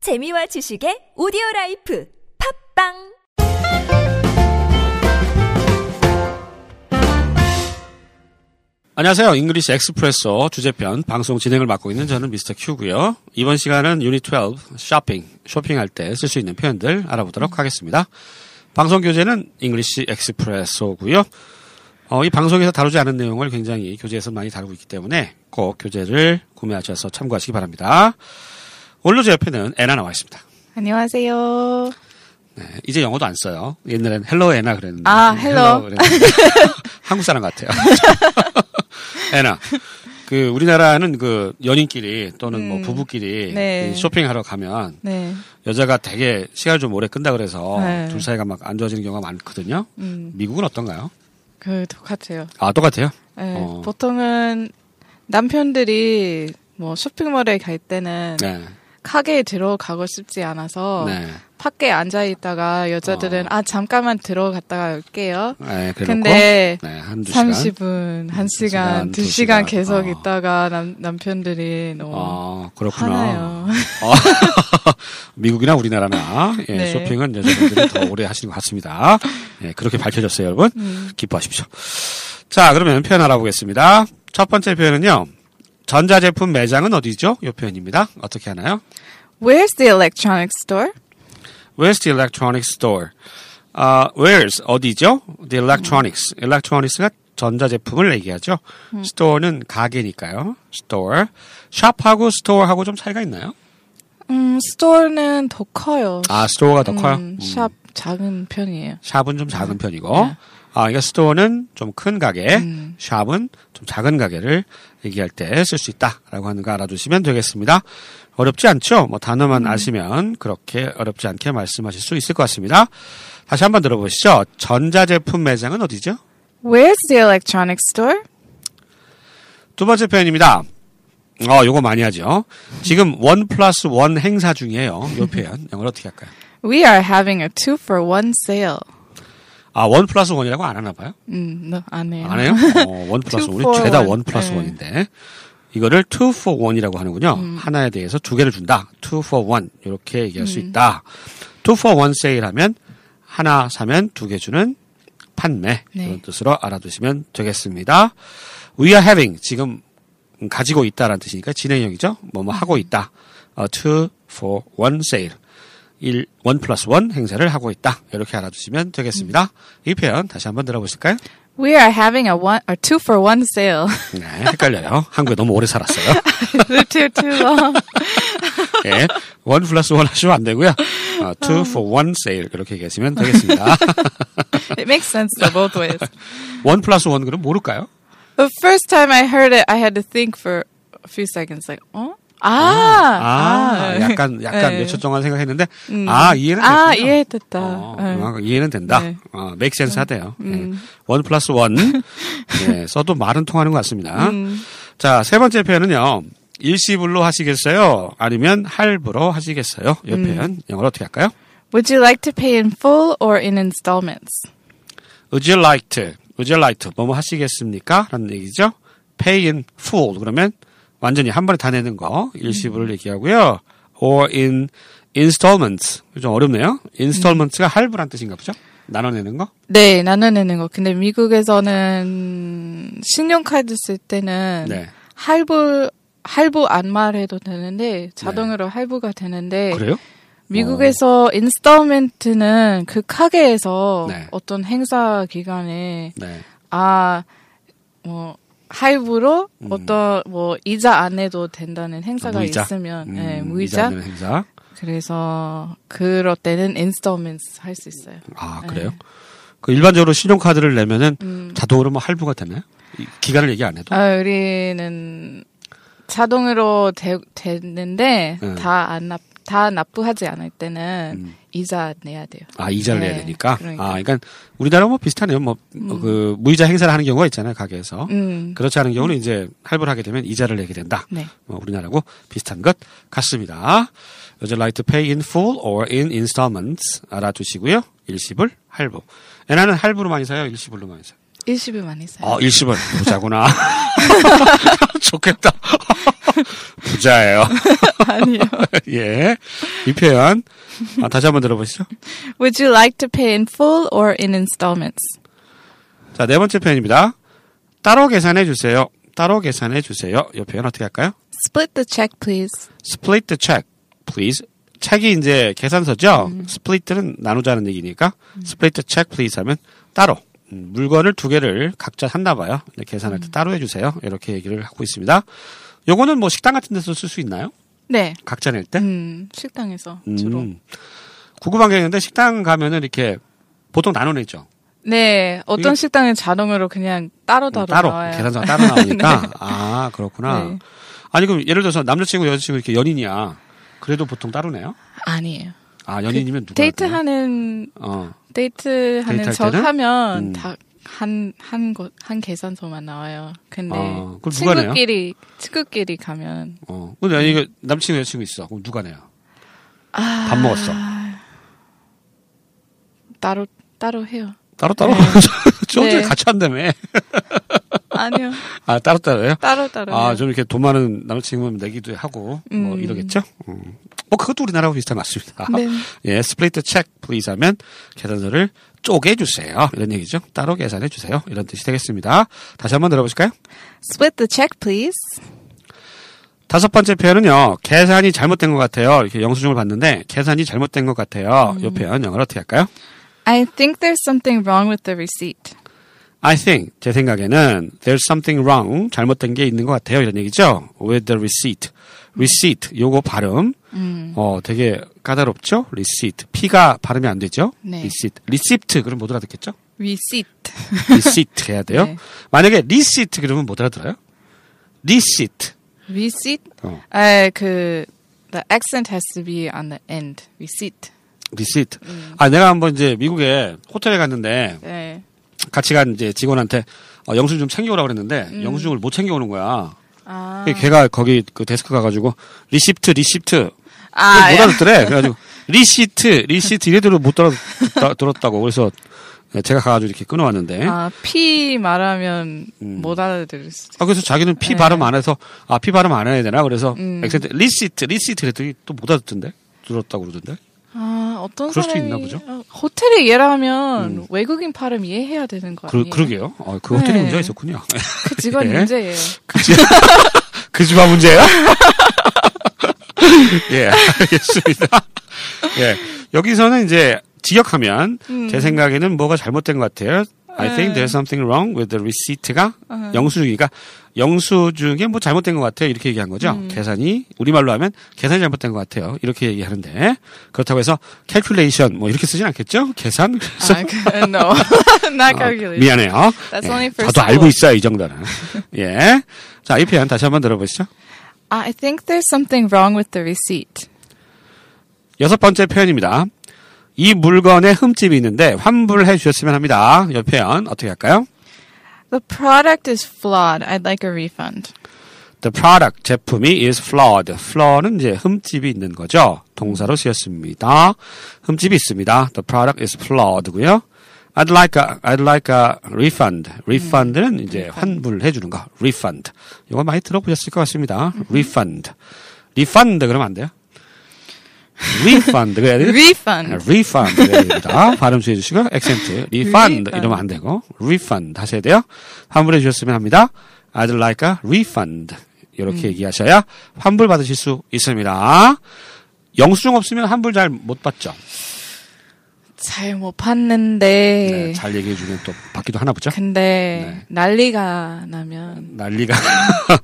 재미와 지식의 오디오 라이프 팝빵 안녕하세요. 잉글리시 엑스프레소 주제편 방송 진행을 맡고 있는 저는 미스터 큐고요. 이번 시간은 유닛 12 쇼핑, 쇼핑할 때 쓸 수 있는 표현들 알아보도록 하겠습니다. 방송 교재는 잉글리시 엑스프레소고요. 어, 이 방송에서 다루지 않은 내용을 굉장히 교재에서 많이 다루고 있기 때문에 꼭 교재를 구매하셔서 참고하시기 바랍니다. 오늘도 제 옆에는 애나 나와 있습니다. 안녕하세요. 네, 이제 영어도 안 써요. 옛날엔 헬로 애나 그랬는데. 아, 음, 헬로. 그랬는데. 한국 사람 같아요. 애나. 그 우리나라는 그 연인끼리 또는 뭐 음, 부부끼리 네. 이 쇼핑하러 가면 네. 여자가 되게 시간을 좀 오래 끈다 그래서 네. 둘 사이가 막 안 좋아지는 경우가 많거든요. 음, 미국은 어떤가요? 그 똑같아요. 아, 똑같아요. 네, 어. 보통은 남편들이 뭐 쇼핑몰에 갈 때는 네. 가게에 들어가고 싶지 않아서 네. 밖에 앉아 있다가 여자들은 어. 아 잠깐만 들어갔다가 올게요. 네, 그래 근데 놓고 네, 한두 시간. 30분, 1시간, 시간, 두 2시간 시간. 계속 어. 있다가 남, 남편들이 너무 아, 그렇구나. 화나요. 어, 미국이나 우리나라나 예, 네. 쇼핑은 여자분들이 더 오래 하시는 것 같습니다. 예, 그렇게 밝혀졌어요, 여러분. 음. 기뻐하십시오. 자, 그러면 표현 알아보겠습니다. 첫 번째 표현은요. 전자제품 매장은 어디죠? 이 표현입니다. 어떻게 하나요? Where's the electronic store? Where's the electronic store? 아, where's 어디죠? The electronics. 음. electronics가 전자제품을 얘기하죠. store는 가게니까요. store. shop하고 store하고 좀 차이가 있나요? 음, 스토어는 더 커요. 아, store가 더 커요. 음, 음. 샵 작은 편이에요. 샵은 좀 작은 편이고, 아, 그러니까 스토어는 좀 큰 가게, 샵은 좀 작은 가게를 얘기할 때 쓸 수 있다라고 하는 거 알아두시면 되겠습니다. 어렵지 않죠? 뭐 단어만 아시면 그렇게 어렵지 않게 말씀하실 수 있을 것 같습니다. 다시 한번 들어보시죠. 전자제품 매장은 어디죠? Where's the electronic store? 두 번째 표현입니다. 어, 요거 많이 하죠. 지금 원 플러스 원 행사 중이에요. 요 표현. 영어로 어떻게 할까요? We are having a two for one sale. 아, 원 플러스 원이라고 안 하나 봐요? 음, no, 안 해요. 안 해요? 어, 원 플러스 Two 원. 우리 for 죄다 one. 원 플러스 네. 원인데. 이거를 two for one이라고 하는군요. 음. 하나에 대해서 두 개를 준다. two for one. 이렇게 얘기할 음. 수 있다. two for one 세일 하면 하나 사면 두 개 주는 판매. 네. 이런 뜻으로 알아두시면 되겠습니다. We are having. 지금 가지고 있다라는 뜻이니까 진행형이죠. 뭐뭐 음. 하고 있다. 어, two for one 세일. 1, 1 플러스 1 행사를 하고 있다. 이렇게 알아두시면 음. 되겠습니다. 이 표현 다시 한번 들어보실까요? We are having a one or two for one sale. 네, 헷갈려요. 한국에 너무 오래 살았어요. too too long. 예. 원 플러스 원 하시면 안 되고요. 어, two for one sale. 그렇게 얘기하시면 되겠습니다. It makes sense though, both ways. 원 플러스 원 그럼 모를까요? The first time I heard it, I had to think for a few seconds. Like, oh, ah, 아, 약간, 약간 네. 몇 초 동안 생각했는데, 아, 이해는 아, 됐군요. 이해됐다. 어, 네. 아, 이해는 된다. 네. 어, make sense 하대요. 예. 원 플러스 원. 예, 써도 말은 통하는 것 같습니다. 자, 세 번째 표현은요. 일시불로 하시겠어요? 아니면 할부로 하시겠어요? 이 표현, 영어로 어떻게 할까요? Would you like to pay in full or in installments? Would you like to? Would you like to? 뭐뭐 하시겠습니까? 라는 얘기죠. Pay in full. 그러면 완전히 한 번에 다 내는 거. 음. 일시불을 얘기하고요. Or in installments. 좀 어렵네요. installments가 할부란 뜻인가 보죠? 나눠내는 거? 네, 나눠내는 거. 근데 미국에서는 신용카드 쓸 때는 네. 할부 할부 안 말해도 되는데 자동으로 할부가 되는데 네. 그래요? 어. 미국에서 인스톨멘트는 그 가게에서 네. 어떤 행사 기간에 네. 아 뭐 할부로 어떤 뭐 이자 안 내도 된다는 행사가 음. 무이자. 있으면 음, 네, 이자 무이자 안 내는 행사. 그래서 그럴 때는 인스톨멘트 할 수 있어요. 아, 그래요? 그 일반적으로 신용카드를 내면은 음. 자동으로 뭐 할부가 되나요? 이 기간을 얘기 안 해도? 아, 우리는 자동으로 되, 됐는데 음. 다 안 납, 다 납부하지 않을 때는 이자 내야 돼요. 아, 이자를 네, 내야 되니까. 그러니까. 아, 그러니까 우리나라 뭐 비슷하네요. 뭐, 어, 그, 무이자 행사를 하는 경우가 있잖아요. 가게에서. 음, 그렇지 않은 경우는 이제 할부를 하게 되면 이자를 내게 된다. 네. 뭐 우리나라하고 비슷한 것 같습니다. Would you like to pay in full or in installments? 알아두시고요. 일시불, 할부. 예, 애나는 할부로 많이 사요? 일시불로 많이 사요? 아, 일시불 아. 많이 써요. 어, 일시불. 부자구나. 좋겠다. 부자예요. 아니요. 예. 이 표현. 아, 다시 한번 들어보시죠. Would you like to pay in full or in installments? 자, 네 번째 표현입니다. 따로 계산해 주세요. 따로 계산해 주세요. 이 표현 어떻게 할까요? Split the check, please. split the check, please. 책이 이제 계산서죠. 음. split는 나누자는 얘기니까 split the check, please 하면 따로 음, 물건을 두 개를 각자 샀나 봐요. 근데 계산할 음. 때 따로 해주세요. 이렇게 얘기를 하고 있습니다. 요거는 뭐 식당 같은 데서 쓸 수 있나요? 네. 각자 낼 때? 음, 식당에서 주로. 음. 궁금한 게 있는데 식당 가면은 이렇게 보통 나눠내죠. 음, 네. 어떤 이게- 식당은 자동으로 그냥 음, 따로따로 따로 나와요. 계산서가 따로 나오니까 아 그렇구나. 네. 아니 그럼 예를 들어서 남자친구 여자친구 이렇게 연인이야. 그래도 보통 따로네요? 아니에요. 아 연인이면 누가? 데이트하는 어. 데이트하는 데이트할 척 때는? 하면 음. 다한한곳한 계산서만 나와요. 근데 아, 그걸 누가 내요? 친구끼리 친구끼리 가면 어. 근데 아니, 이거 남친구 여자친구 있어. 그럼 누가 내요? 아. 밥 먹었어. 따로 따로 해요. 따로 따로. 네. 좀 전에 네. 같이 한다며. 아니요. 아 따로 따로요? 따로 따로. 아, 해요. 좀 이렇게 돈 많은 남친구면 내기도 하고 뭐 음. 이러겠죠. 음. 뭐 그것도 우리나라하고 비슷한 것 같습니다. 네. 예, 스플릿 체크 플리즈 하면 계산서를 쪼개 주세요. 이런 얘기죠. 따로 계산해 주세요. 이런 뜻이 되겠습니다. 다시 한번 들어보실까요? Split the check, please. 다섯 번째 표현은요. 계산이 잘못된 것 같아요. 이렇게 영수증을 봤는데 계산이 잘못된 것 같아요. 음. 이 표현 영어로 어떻게 할까요? I think there's something wrong with the receipt. I think 제 생각에는 there's something wrong 잘못된 게 있는 것 같아요 이런 얘기죠. With the receipt, receipt 요거 발음 어 되게 까다롭죠. receipt p가 발음이 안 되죠. 네. receipt, receipt 그럼 못 알아듣겠죠. Receipt. receipt 해야 돼요. 네. 만약에 receipt 그러면 못 알아들어요. receipt receipt. 어. 아, 그 the accent has to be on the end. Receipt. receipt 음. 아 내가 한번 이제 미국에 호텔에 갔는데 네. 같이 간 이제 직원한테 어, 영수증 좀 챙겨오라고 그랬는데 영수증을 못 챙겨오는 거야. 음. 아. 걔가 거기 그 데스크 가가지고 리시프트 리시프트 아, 못 예. 알아듣더래. 그래가지고 리시트 리시트 이래대로 못 알아 들었다고 그래서 제가 가가지고 이렇게 끊어왔는데 아, 아, P 말하면 음. 못 알아들을 수. 그래서 자기는 피 발음 네. 안 해서 아 피 발음 안 해야 되나 그래서 액센트 리시트 리시트 그랬더니 또 못 알아듣던데 들었다고 그러던데 아, 어떤 그럴 수도 사람이 있나 보죠? 아, 호텔에 이해하면 외국인 발음 이해해야 되는 거 그, 아니에요? 그러게요. 어, 그 호텔이 예. 네. 문제가 있었군요. 그 직원 예. 문제예요. 그 집안 문제예요? 예, 알겠습니다. 예, 여기서는 이제 지역하면 제 생각에는 뭐가 잘못된 것 같아요. I think there's something wrong with the receipt가 영수증이니까 영수증에 뭐 잘못된 것 같아요. 이렇게 얘기한 거죠. 계산이 우리말로 하면 계산이 잘못된 것 같아요. 이렇게 얘기하는데 그렇다고 해서 calculation 뭐 이렇게 쓰진 않겠죠? 계산 그래서 아, 그, no, not 아, calculated. 미안해요. That's 예, only for 저도 school. 알고 있어요 이 정도는. 예, 자 이 표현 다시 한번 들어보시죠. 아, I think there's something wrong with the receipt. 여섯 번째 표현입니다. 이 물건에 흠집이 있는데 환불해 주셨으면 합니다. 이 표현 어떻게 할까요? The product is flawed. I'd like a refund. The product 제품이 is flawed. flaw는 이제 흠집이 있는 거죠. 동사로 쓰였습니다. 흠집이 있습니다. The product is flawed고요. I'd like a, I'd like a refund. refund는 이제 환불해 주는 거. refund. 이거 많이 들어보셨을 것 같습니다. refund. refund 그러면 안 돼요? refund 그래야 돼요. Refund. 아, refund 해야 됩니다. 발음 주의해 주시고 액센트 refund refund. 이러면 안 되고 refund 하셔야 돼요. 환불해 주셨으면 합니다. I'd like a refund 음. 이렇게 얘기하셔야 환불 받으실 수 있습니다. 영수증 없으면 환불 잘 못 받죠. 잘 못 봤는데. 네, 잘 얘기해 주면 또 받기도 하나 그 보죠. 근데 난리가 나면 난리가 네,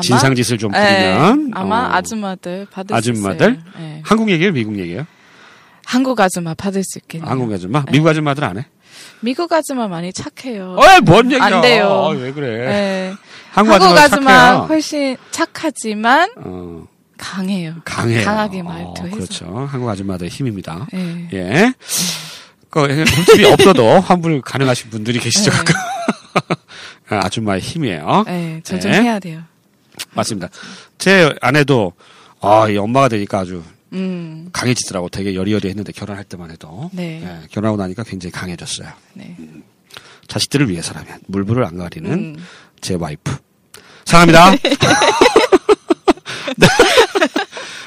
그 진상짓을 좀 부리면 예, 아마 어, 아줌마들 받을 아줌마들? 수 있어요. 예. 한국 얘기예요, 미국 얘기예요? 한국 아줌마 받을 수 있겠네요. 한국 아줌마, 미국 아줌마들 안 해? 미국 아줌마 많이 착해요. 어이, 뭔 얘기야? 안 돼요. 어이, 왜 그래? 예. 한국 한국 아줌마가 아줌마 착해요. 훨씬 착하지만 어. 강해요. 강해요. 강하게 어, 말투해서. 그렇죠. 한국 아줌마들의 힘입니다. 예. 예. 그 흠집이 없어도 환불 가능하신 분들이 계시죠. 네. 가끔. 아, 아줌마의 힘이에요. 예, 저좀 예. 해야 돼요. 맞습니다. 제 아내도 아, 이 엄마가 되니까 아주 음, 강해지더라고. 되게 여리여리했는데 결혼할 때만 해도 네. 예, 결혼하고 나니까 굉장히 강해졌어요. 네. 자식들을 위해서라면 물불을 안 가리는 음. 네. 제 와이프 사랑합니다.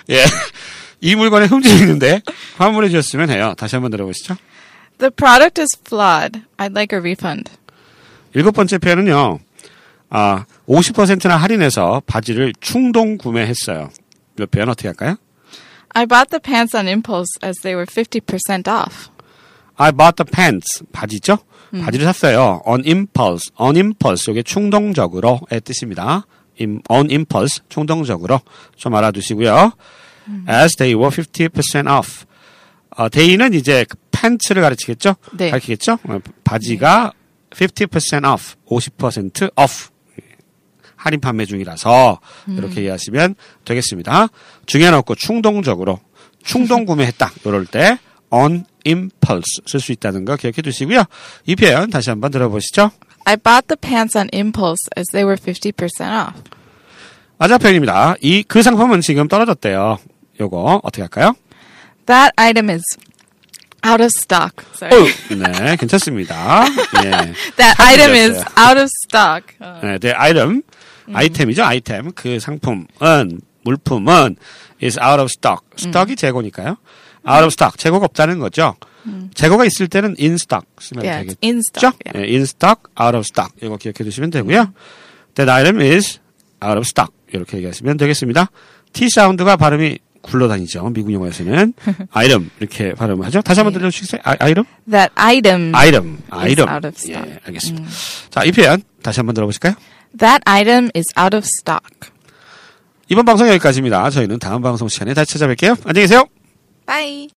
예. 이 물건에 흠집이 있는데 환불해 주셨으면 해요. 다시 한번 들어보시죠. The product is flawed. I'd like a refund. 일곱 번째 표현은요. 아, 50%나 할인해서 바지를 충동 구매했어요. 이 표현 어떻게 할까요? I bought the pants on impulse as they were 50% off. I bought the pants. 바지죠? 바지를 샀어요. on impulse. on impulse. 이게 충동적으로의 뜻입니다. 임- on impulse. 충동적으로. 좀 알아두시고요. as they were 50% off. 어, day는 이제 그 팬츠를 가르치겠죠? 네. 가르치겠죠? 어, 바지가 50% off. 50% off. 할인 판매 중이라서 이렇게 이해하시면 되겠습니다. 중요한 없고 충동적으로 충동 구매했다. 이럴 때 on impulse 쓸 수 있다는 거 기억해 두시고요. 이 표현 다시 한번 들어보시죠. I bought the pants on impulse as they were 50% off. 맞아 표현입니다. 이 그 상품은 지금 떨어졌대요. 요거 어떻게 할까요? That item is out of stock. Sorry. 네, 괜찮습니다. 예. That 사진이 item is 됐어요. out of stock. 어, 네, the item, 음. 아이템이죠, 아이템. 그 상품은, 물품은 is out of stock. 음. stock이 재고니까요. out of stock, 재고가 없다는 거죠. 재고가 있을 때는 in stock 쓰면 Yeah, 되겠죠. it's 음. in stock, yeah. 예, in stock, out of stock. 이거 기억해 두시면 되고요. That item is out of stock. 이렇게 얘기하시면 되겠습니다. T 사운드가 발음이 굴러다니죠. 미국 영어에서는. item 이렇게 발음하죠. 다시 네. 한번 들려주시겠어요? 아, item? That item. item. item. 음. out of stock. 음. 예, 알겠습니다. 자, 이 표현 다시 한번 들어보실까요? That item is out of stock. 이번 방송 여기까지입니다. 저희는 다음 방송 시간에 다시 찾아뵐게요. 안녕히 계세요. Bye.